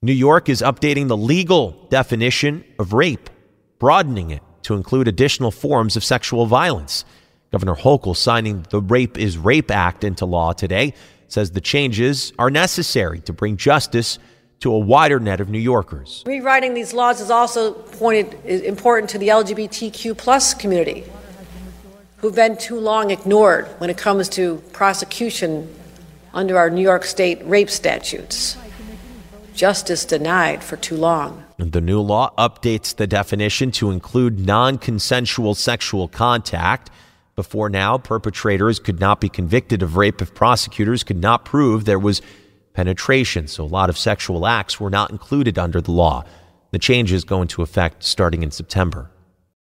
New York is updating the legal definition of rape, broadening it to include additional forms of sexual violence. Governor Hochul signing the Rape is Rape Act into law today says the changes are necessary to bring justice to a wider net of New Yorkers. Rewriting these laws is also pointed is important to the LGBTQ plus community, who've been too long ignored when it comes to prosecution under our New York State rape statutes. Justice denied for too long. The new law updates the definition to include non consensual sexual contact. Before now, perpetrators could not be convicted of rape if prosecutors could not prove there was penetration, so a lot of sexual acts were not included under the law. The changes go into effect starting in September.